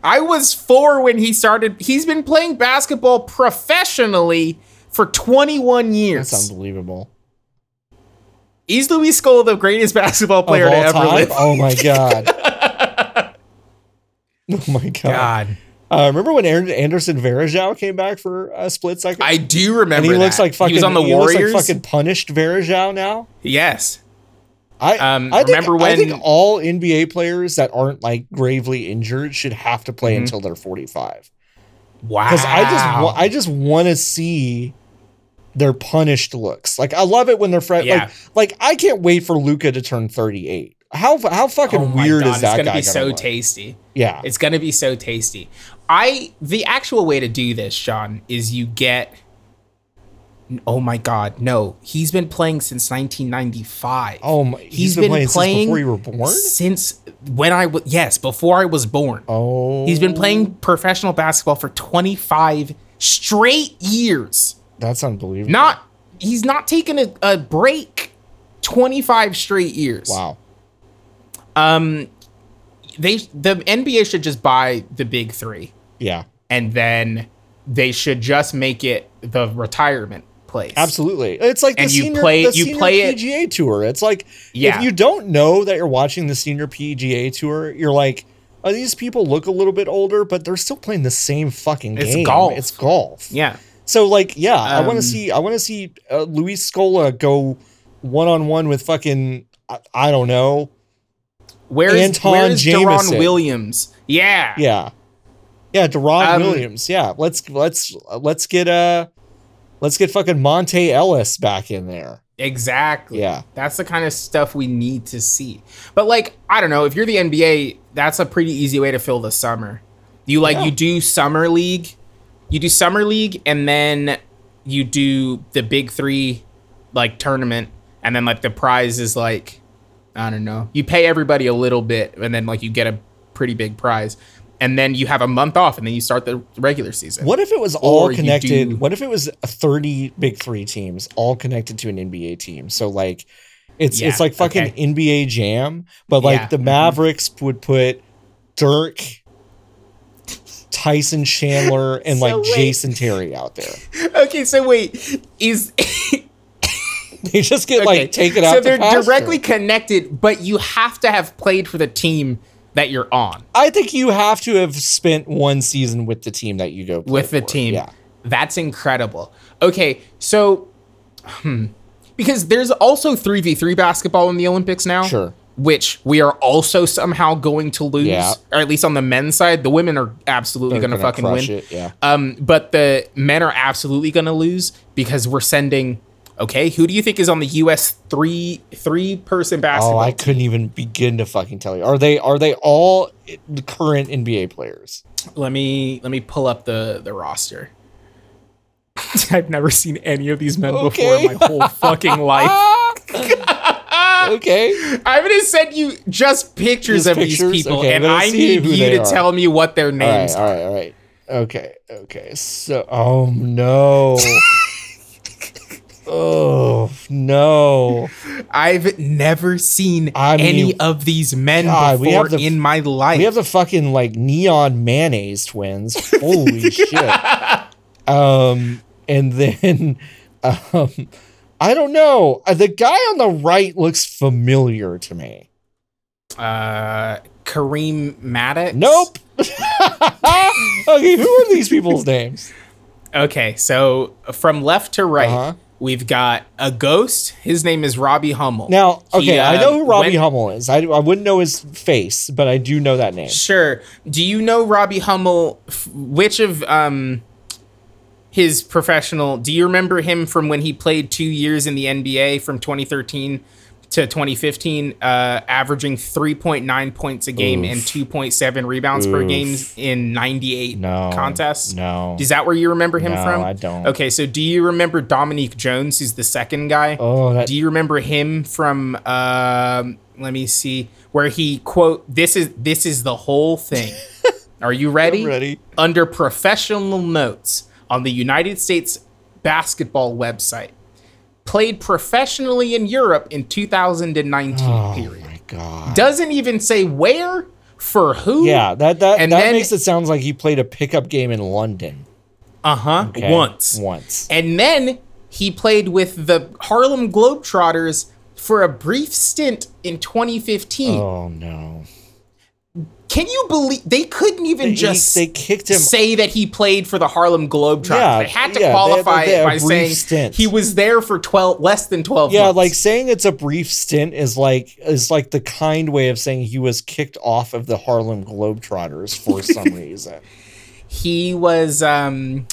I was four when he started. He's been playing basketball professionally for 21 years. That's unbelievable. Is Luis Scola the greatest basketball player Of to all ever time? live? Oh my god. oh my god. Uh, remember when Aaron Anderson Varejao came back for a split second? I do remember. and he looks that. like fucking. He was on the he looks like Warriors. fucking punished Varejao now. yes. I, Um, I think, remember I think when- all NBA players that aren't like gravely injured should have to play until they're forty five. Mm-hmm. Wow. Because I just wa- I just want to see their punished looks. Like I love it when they're friend. Yeah. Like like I can't wait for Luca to turn thirty eight. How how fucking Oh my weird God, is that It's gonna guy be so look? tasty. Yeah. It's gonna be so tasty. I the actual way to do this, Sean, is you get. Oh my God! No, he's been playing since 1995. Oh my- he's been playing since before you were born? Since when I was yes, before I was born. oh. He's been playing professional basketball for 25 straight years. That's unbelievable. Not he's not taking a, a break 25 straight years. Wow. Um they the NBA should just buy the big 3 Yeah. and then they should just make it the retirement place. Absolutely. It's like And the you senior, play- the you senior play it- PGA tour. It's like Yeah. if you don't know that you're watching the senior PGA tour, you're like, oh, these people look a little bit older, but they're still playing the same fucking It's game. golf. It's golf. Yeah. So like, yeah, I want Um, to see I want to see uh, Luis Scola go one on one with fucking I, I don't know. Where is Anton where is Deron Jamison. Williams? Yeah. Yeah. Yeah, Deron Um, Williams. Yeah. Let's let's let's get uh let's get fucking Monte Ellis back in there. Exactly. Yeah. That's the kind of stuff we need to see. But like, I don't know, if you're the NBA, that's a pretty easy way to fill the summer. You like Yeah. you do summer league, you do summer league and then you do the big 3 like tournament and then like the prize is like I don't know. You pay everybody a little bit and then like you get a pretty big prize and then you have a month off and then you start the regular season. What if it was all you connected? do- What if it was 30 big 3 teams all connected to an NBA team? So like it's Yeah, it's like fucking okay. NBA Jam, but like Yeah, the mhm. Mavericks would put Dirk Tyson Chandler and So like wait. Jason Terry out there. Okay, so wait, is They just get Okay, like taken out. So to they're pasture. directly connected, but you have to have played for the team that you're on I think you have to have spent one season with the team that you go play with the for. team. Yeah. That's incredible. Okay, so hmm, because there's also 3v3 basketball in the Olympics now. Sure. Which we are also somehow going to lose, Yeah. or at least on the men's side. The women are absolutely They're going to gonna fucking crush win. it, yeah. Um, but the men are absolutely going to lose because we're sending. Okay, who do you think is on the U.S. three three person Oh, basketball? I couldn't even begin to fucking tell you. Are they are they all current NBA players? let me let me pull up the the roster. I've never seen any of these men before Okay. in my whole fucking life. Okay. I'm gonna send you just pictures Just of pictures? these people, Okay, and let's I see need who you they to are. tell me what their All right, names. all right, all right. Okay, okay. So, oh no. oh no. are. I've never seen uh, I mean, any of these men God, we before have the- in my life. We have the fucking like neon mayonnaise twins. Holy shit. Um, and then, um, I don't know. Uh, The guy on the right looks familiar to me. uh, Kareem Maddox. Nope. okay, who are these people's names? Okay, so from left to right, Uh-huh. we've got a ghost. His name is Robbie Hummel. Now, He, okay, I uh, know who Robbie went- Hummel is. I, I wouldn't know his face, but I do know that name. Sure. Do you know Robbie Hummel? f- Which of um his professional? Do you remember him from when he played two years in the NBA from 2013 to 2015, uh, averaging 3.9 points a game and 2.7 rebounds per Oof. game in 98 No. contests? No. Is that where you remember him No, from? I don't. Okay, so do you remember Dominique Jones, who's the second guy? Oh, that Uh, Do you remember him from? Um, let me see where he quote. This is this is the whole thing. Are you ready? Oh ready. Under professional notes on the United States basketball website, played professionally in Europe in 2019. Oh period. my god. Doesn't even say where for who. Yeah, that that And that then- makes it sounds like he played a pickup game in London. Uh huh. okay? Once. Once. And then he played with the Harlem Globetrotters for a brief stint in 2015. Oh no. Can you believe they couldn't even They- just they kicked him say that he played for the Harlem Globetrotters? Yeah, they had to yeah, they had- qualify they had it a by brief saying stint. he was there for twelve less than twelve. Yeah, months. like saying it's a brief stint is like is like the kind way of saying he was kicked off of the Harlem Globetrotters for some reason. he was. Um,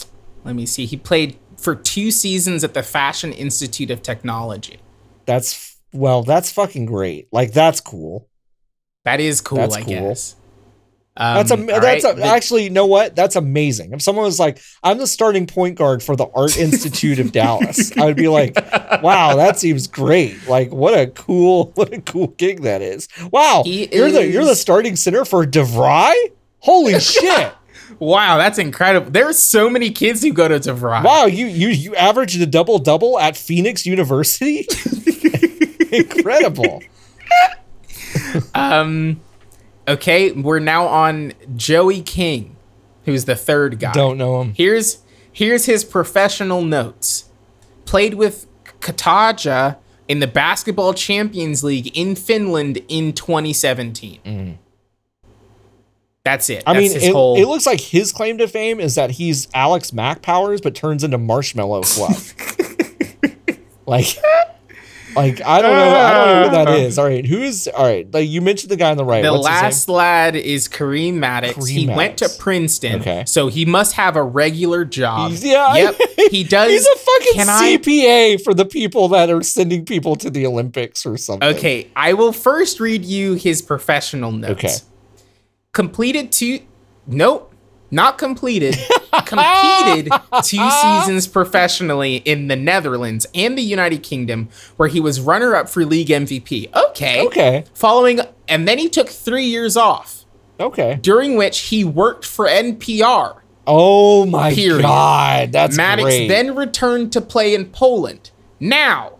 let me see. He played for two seasons at the Fashion Institute of Technology. That's f- well, that's fucking great. Like that's cool. That is cool. That's I cool. guess. Um, That's a all that's right, a, the- actually you know what? That's amazing. If someone was like, "I'm the starting point guard for the Art Institute of Dallas," I would be like, "Wow, that seems great! Like, what a cool what a cool gig that is! Wow, He you're the you're the is- starting center for DeVry. Holy shit! Wow, that's incredible. There are so many kids who go to DeVry. Wow, you you you averaged a double double at Phoenix University. Incredible. Um, okay, we're now on Joey King, who's the third guy. Don't know him. Here's here's his professional notes. Played with Kataja in the Basketball Champions League in Finland in 2017. That's it. Mm-hmm. I That's mean, his it, whole- it looks like his claim to fame is that he's Alex Mack Powers, but turns into marshmallow fluff. like, like I don't know, I don't know who that is. All right, who is? All right, like you mentioned the guy on the right. the What's his name? last lad is Kareem Maddox. Kareem he went to Maddox. Princeton, Okay. so he must have a regular job. He's- yeah, Yep. He does. He's a fucking Can I- CPA for the people that are sending people to the Olympics or something. Okay, I will first read you his professional notes. Okay. Completed two nope, not completed. completed two seasons professionally in the Netherlands and the United Kingdom, where he was runner up for league MVP. Okay. Okay. Following and then he took three years off, Okay. during which he worked for NPR. Oh my Period. god, that's Maddox great. then returned to play in Poland. Now,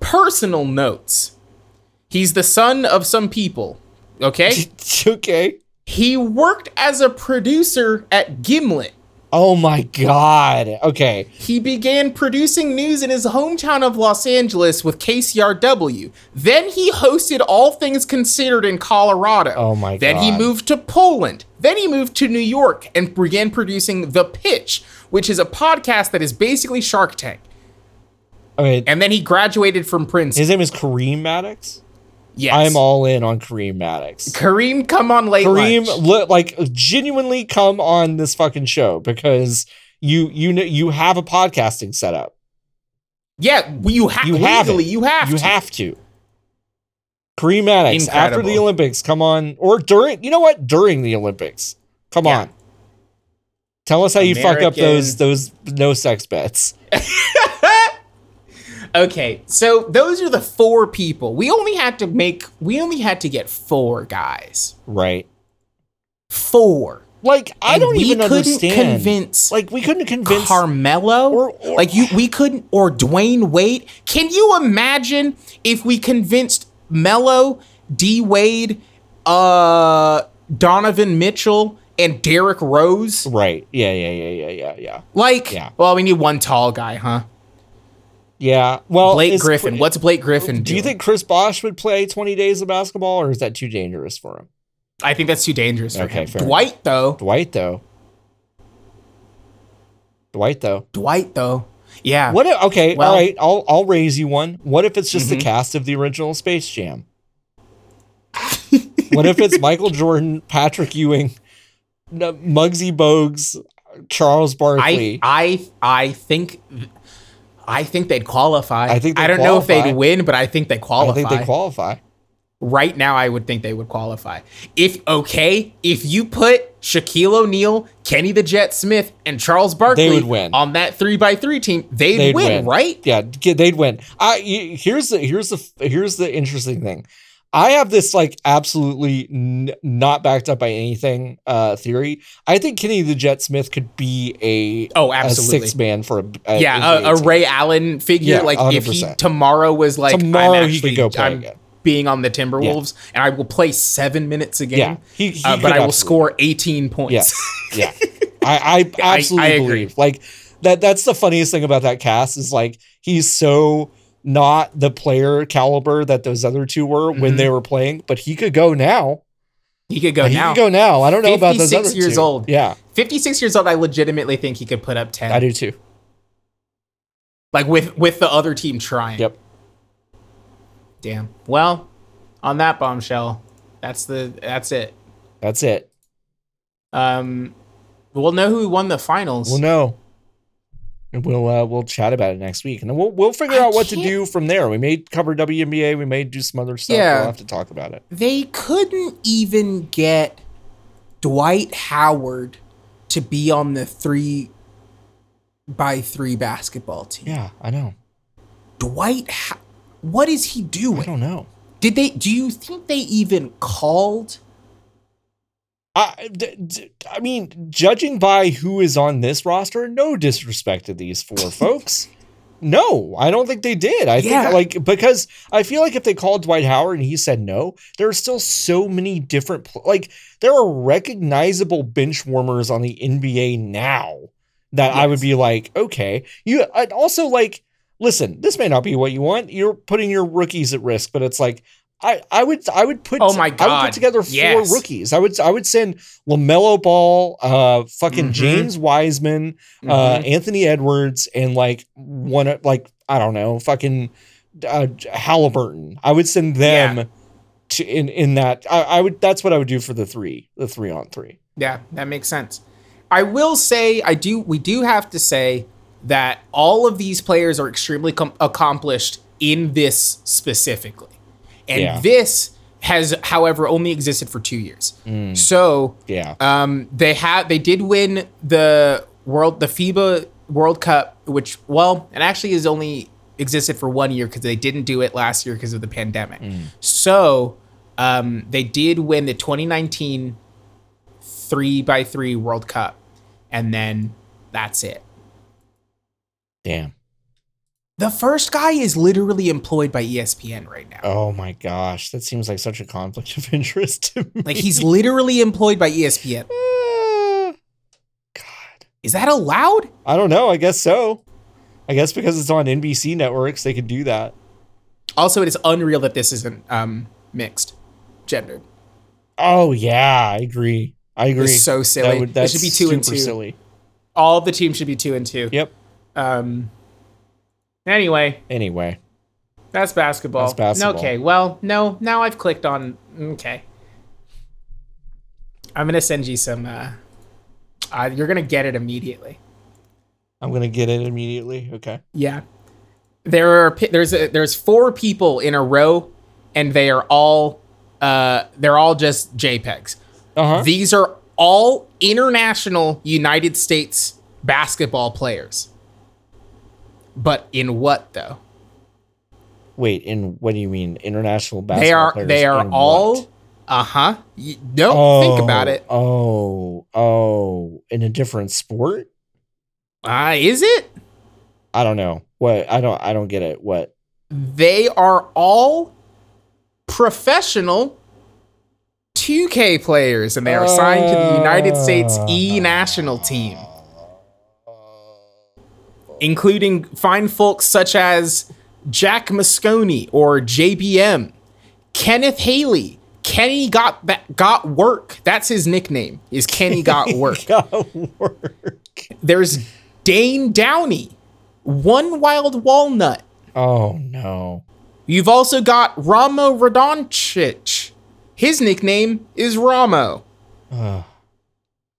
personal notes. He's the son of some people. Okay? okay. he worked as a producer at Gimlet. Oh my god. Okay. He began producing news in his hometown of Los Angeles with KCRW. Then he hosted All Things Considered in Colorado. Oh my Then he God. moved to Poland. Then he moved to New York and began producing The Pitch, which is a podcast that is basically Shark Tank. Okay. And then he graduated from Princeton. His name is Kareem Maddox. yes. I'm all in on Kareem Maddox. Kareem, come on late. Kareem, lunch. li- like genuinely come on this fucking show because you you know you have a podcasting setup. Yeah, well, you, ha- You legally, have it. You have You to. have to. Kareem Maddox after the Incredible. Olympics, come on, or during. You know what? During the Olympics, come Yeah. on. Tell us how you fuck up American- those those no sex bets. Okay, so those are the four people. We only had to make, we only had to get four guys. Right. Four. Like I And don't we even couldn't understand. convince like we couldn't convince Carmelo? Or- or- like you we couldn't or Dwayne Wade. Can you imagine if we convinced Mello, D Wade, uh Donovan Mitchell, and Derrick Rose? Right. Yeah, yeah, yeah, yeah, yeah, yeah. Like Yeah. well, we need one tall guy, huh? Yeah. Well, Blake is- Griffin. What's Blake Griffin? Do you doing? think Chris Bosch would play 20 days of basketball or is that too dangerous for him? I think that's too dangerous for Okay, him. fair Dwight though. Dwight though. Dwight though. Dwight though. Yeah. What if, okay, Well- Mm-hmm. all right, I'll I'll raise you one. What if it's just the cast of the original Space Jam? what if it's Michael Jordan, Patrick Ewing, N- Muggsy Bogues, Charles Barkley? I I I think I think they'd qualify. I think I they'd don't know if qualify. they'd win, but I think they I qualify. think they qualify. right now, I would think they would qualify. If okay, if you put Shaquille O'Neal, Kenny the Jet Smith, and Charles Barkley would win. on that three by three team, they'd, they'd win, right? Yeah, g- they'd win. I y- here's the here's the here's the interesting thing. I have this like absolutely n- not backed up by anything uh theory. I think Kenny the Jet Smith could be a Oh, a absolutely. six man for a, a Yeah, uh, a, NBA a team. Ray Allen figure. Yeah, like if he 100%. tomorrow was like Tomorrow I'm he actually, could go play I'm again. being on the Timberwolves and I will play seven minutes a game, Yeah, he- he uh, could but I will absolutely. score 18 points. Yes. Yeah. I, I absolutely I agree. believe. Like that that's the funniest thing about that cast is like he's so not the player caliber that those other two were when Mm-hmm. they were playing, but he could go now. he could go he Oh, now. could go now. I don't know about those other 56 years two. old. Yeah, 56 years old, I legitimately think he could put up 10. I do too. Like with with the other team trying. Yep. Damn. Well, on that bombshell, that's the that's it. That's it. Um we'll know who won the finals. We'll know. And we'll uh, we'll chat about it next week, and then we'll we'll figure I out what to can't- do from there. We may cover WNBA. We may do some other stuff. Yeah. We'll have to talk about it. they couldn't even get Dwight Howard to be on the 3 by 3 basketball team. Yeah, I know. Dwight Ho- what is he I doing? don't know. Did they do you think they even called I, d- d- I mean, judging by who is on this roster, no disrespect to these four folks. No, I don't think they did. I Yeah. think like because I feel like if they called Dwight Howard and he said no, there are still so many different pl- like there are recognizable bench warmers on the NBA now that I would Yes. be like, okay, you. I'd also like listen. This may not be what you want. You're putting your rookies at risk, but it's like I I would I would put Oh my I would God, put together four yes. rookies. I would I would send Lamelo Ball, uh, fucking Mhm. James Wiseman uh, Mhm. Anthony Edwards and like one of like I don't know fucking uh, Halliburton. I would send them Yeah. to in in that. I, I would that's what I would do for the three the three on three. Yeah, that makes sense. I will say I do we do have to say that all of these players are extremely com- accomplished in this specifically. And Yeah. this has however only existed for 2 years. So, Yeah, um they have they did win the world the FIBA World Cup which well, it actually has only existed for 1 year cuz they didn't do it last year because of the pandemic. Mm. So, um they did win the 2019 three by three World Cup, and then that's it. damn. The first guy is literally employed by E ESPN right now. Oh my gosh, that seems like such a conflict of interest to me. Like he's literally employed by E ESPN. Uh, God, Is that allowed? I don't know. I guess so. I guess because it's on NBC networks, they could do that. Also, it is unreal that this isn't um, mixed, gendered. Oh yeah, I agree. I agree. so silly. That would, It that's should be two and super two. Silly. All of the teams should be two and two. Yep. Um. Anyway, Anyway. that's basketball. That's basketball. Okay. Well, no. Now I've clicked on. Okay. I'm gonna send you some. Uh, uh, you're gonna get it immediately. I'm gonna get it immediately. Okay. Yeah. There are pi- there's a, there's four people in a row and they are all uh they're all just JPEGs. Uh huh. These are all international United States basketball players. But in what though? Wait, in what do you mean international basketball? They are players they are in what? all uh-huh. You, don't think about it. Oh, oh, in a different sport? Uh is it? I don't know. What? I don't. I don't get it. What? They are all professional 2K players and they are signed to the United States Oh. E national team. including fine folks such as Jack Moscone or JBM, Kenneth Haley, Kenny got ba- got work. That's his nickname. Is Kenny got work? Got work. There's Dane Downey, One Wild Walnut. Oh no. You've also got Ramo Radoncic. His nickname is Ramo. Ugh.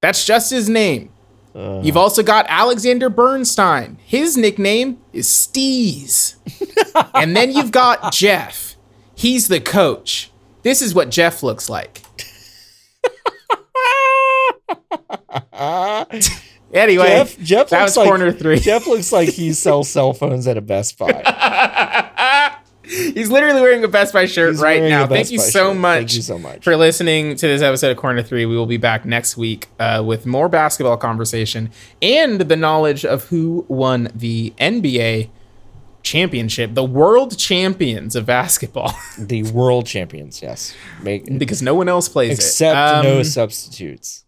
That's just his name. Ugh. You've also got Alexander Bernstein. His nickname is Steez. and then you've got Jeff. He's the coach. This is what Jeff looks like. Anyway, Jeff. Jeff that looks was like, corner three. Jeff looks like he sells cell phones at a Best Buy. He's literally wearing a Best Buy shirt He's right wearing now. a Thank Best you Buy so shirt. much. Thank you so much. for listening to this episode of Corner Three. We will be back next week uh, with more basketball conversation and the knowledge of who won the NBA championship, the world champions of basketball, the world champions. Yes. Make because no one else plays except it. Um, no substitutes.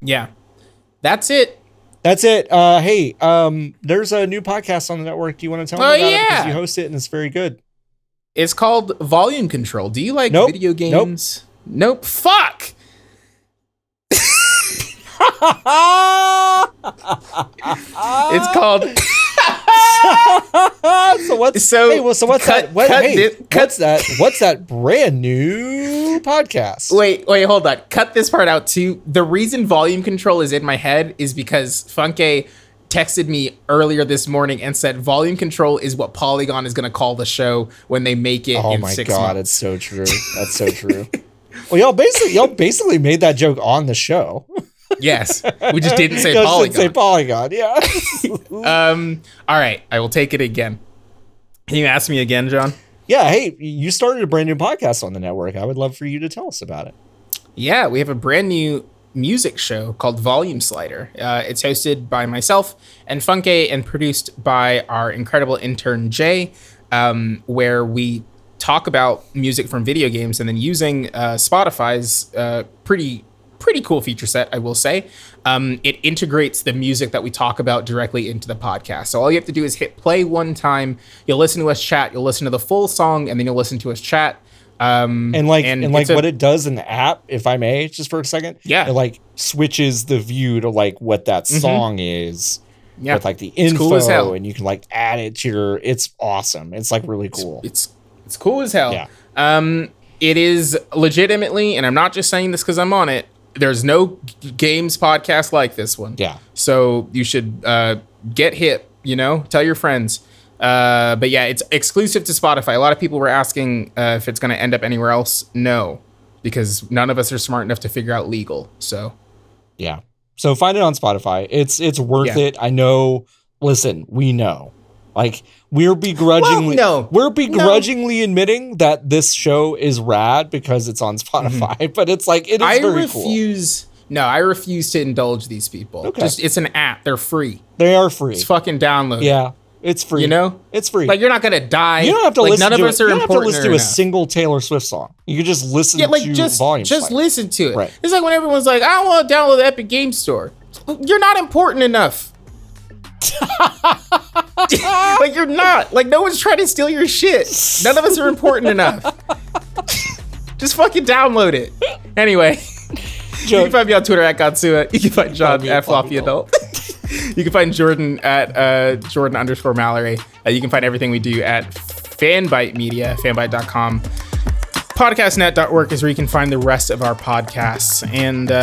yeah, that's it. That's it. Uh, hey, um, there's a new podcast on the network. Do you want to tell Oh, me about it? Because yeah. you host it and it's very good. It's called Volume Control. Do you like Nope. video Nope. games? Nope. Fuck. It's called. so what's So, hey, well, so what's cut- that? What, cut hey, thi- cut- what's that? What's that brand new podcast? Wait, wait, hold on. Cut this part out too. The reason volume control is in my head is because Funke texted me earlier this morning and said volume control is what Polygon is going to call the show when they make it oh in my six god, months. it's so true. That's so true. well, y'all basically y'all basically made that joke on the show. Yes. We just didn't say Y'all just Polygon. didn't say Polygon. Yeah. um, all right, I will take it again. Can you ask me again, John? yeah. Hey, you started a brand new podcast on the network. I would love for you to tell us about it. Yeah, we have a brand new music show called Volume Slider. Uh, it's hosted by myself and Funke and produced by our incredible intern Jay, um, where we talk about music from video games and then using uh, Spotify's uh, pretty pretty cool feature set, I will say. Um, it integrates the music that we talk about directly into the podcast. So all you have to do is hit play one time. You'll listen to us chat. You'll listen to the full song, and then you'll listen to us chat. Um, and like and and, like it's a- what it does in the app, if I may, just for a second. Yeah. Mm-hmm. It like switches the view to like what that song is. Yeah. With like the It's info cool as hell. and you can like add it to your it's awesome. It's like really cool. it's it's cool as hell. Yeah. Um, it is legitimately, and I'm not just saying this because I'm on it. There's no g- games podcast like this one. Yeah. So you should uh, get hip. You know, tell your friends. Uh, but yeah, it's exclusive to Spotify. A lot of people were asking uh, if it's going to end up anywhere else. No, because none of us are smart enough to figure out legal. So Yeah. So find it on Spotify. It's it's worth Yeah. it. I know. Listen, we know. Like we're begrudgingly Well, no. we're begrudgingly admitting that this show is rad because it's on Spotify, but it's like it is Mm-hmm. I very cool. refuse. No, I refuse to indulge these people. Okay. Just it's an app. They're free. They are free. It's fucking download. it. yeah. It's free. You know? It's free. Like you're not gonna die. You don't have to like, listen. None to of it. us are you don't have to important. listen to a enough. single Taylor Swift song. You could just listen yeah, like to just volume. just Slider. listen to it. Right. It's like when everyone's like, I don't want to download the Epic Game Store. You're not important enough. like you're not. Like no one's trying to steal your shit. None of us are important enough. just fucking download it. Anyway. You can Joe, find me on Twitter at Godsua. You can find John me at at Floppy Floppy Adult. you can find Jordan at uh, Jordan underscore Mallory. Uh, you can find everything we do at Fanbite Media, fanbite.com. Podcastnet.org is where you can find the rest of our podcasts and uh,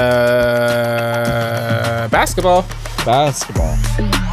basketball. basketball.